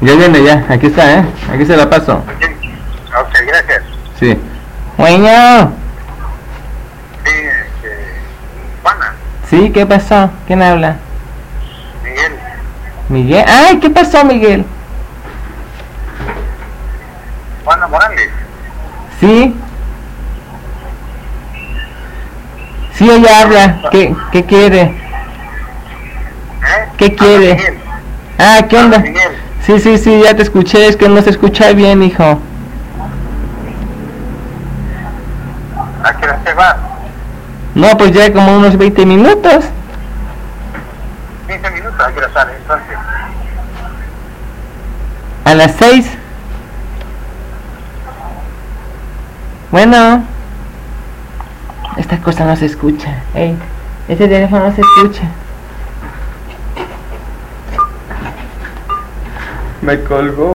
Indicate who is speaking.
Speaker 1: Ya viene, ya. Aquí está, ¿eh? Aquí se la paso.
Speaker 2: Ok, gracias.
Speaker 1: Sí. Bueno.
Speaker 2: Sí, este, Juana,
Speaker 1: Sí, ¿qué pasó? ¿Quién habla?
Speaker 2: Miguel,
Speaker 1: Miguel. Ay, ¿qué pasó, Miguel?
Speaker 2: Juana Morales.
Speaker 1: Sí. Sí, ella habla. ¿Qué, qué quiere?
Speaker 2: ¿Eh?
Speaker 1: ¿Qué
Speaker 2: Habla
Speaker 1: quiere?
Speaker 2: Miguel.
Speaker 1: Ah, ¿qué onda?
Speaker 2: Miguel,
Speaker 1: Sí, sí, sí, ya te escuché. Es que no se escucha bien, hijo.
Speaker 2: ¿a qué hora se va?
Speaker 1: No, pues ya como unos 20 minutos.
Speaker 2: 15 minutos, ¿a qué hora sale entonces?
Speaker 1: A las 6. Bueno. Esta cosa no se escucha. Ey, este teléfono no se escucha.
Speaker 3: Me colgó.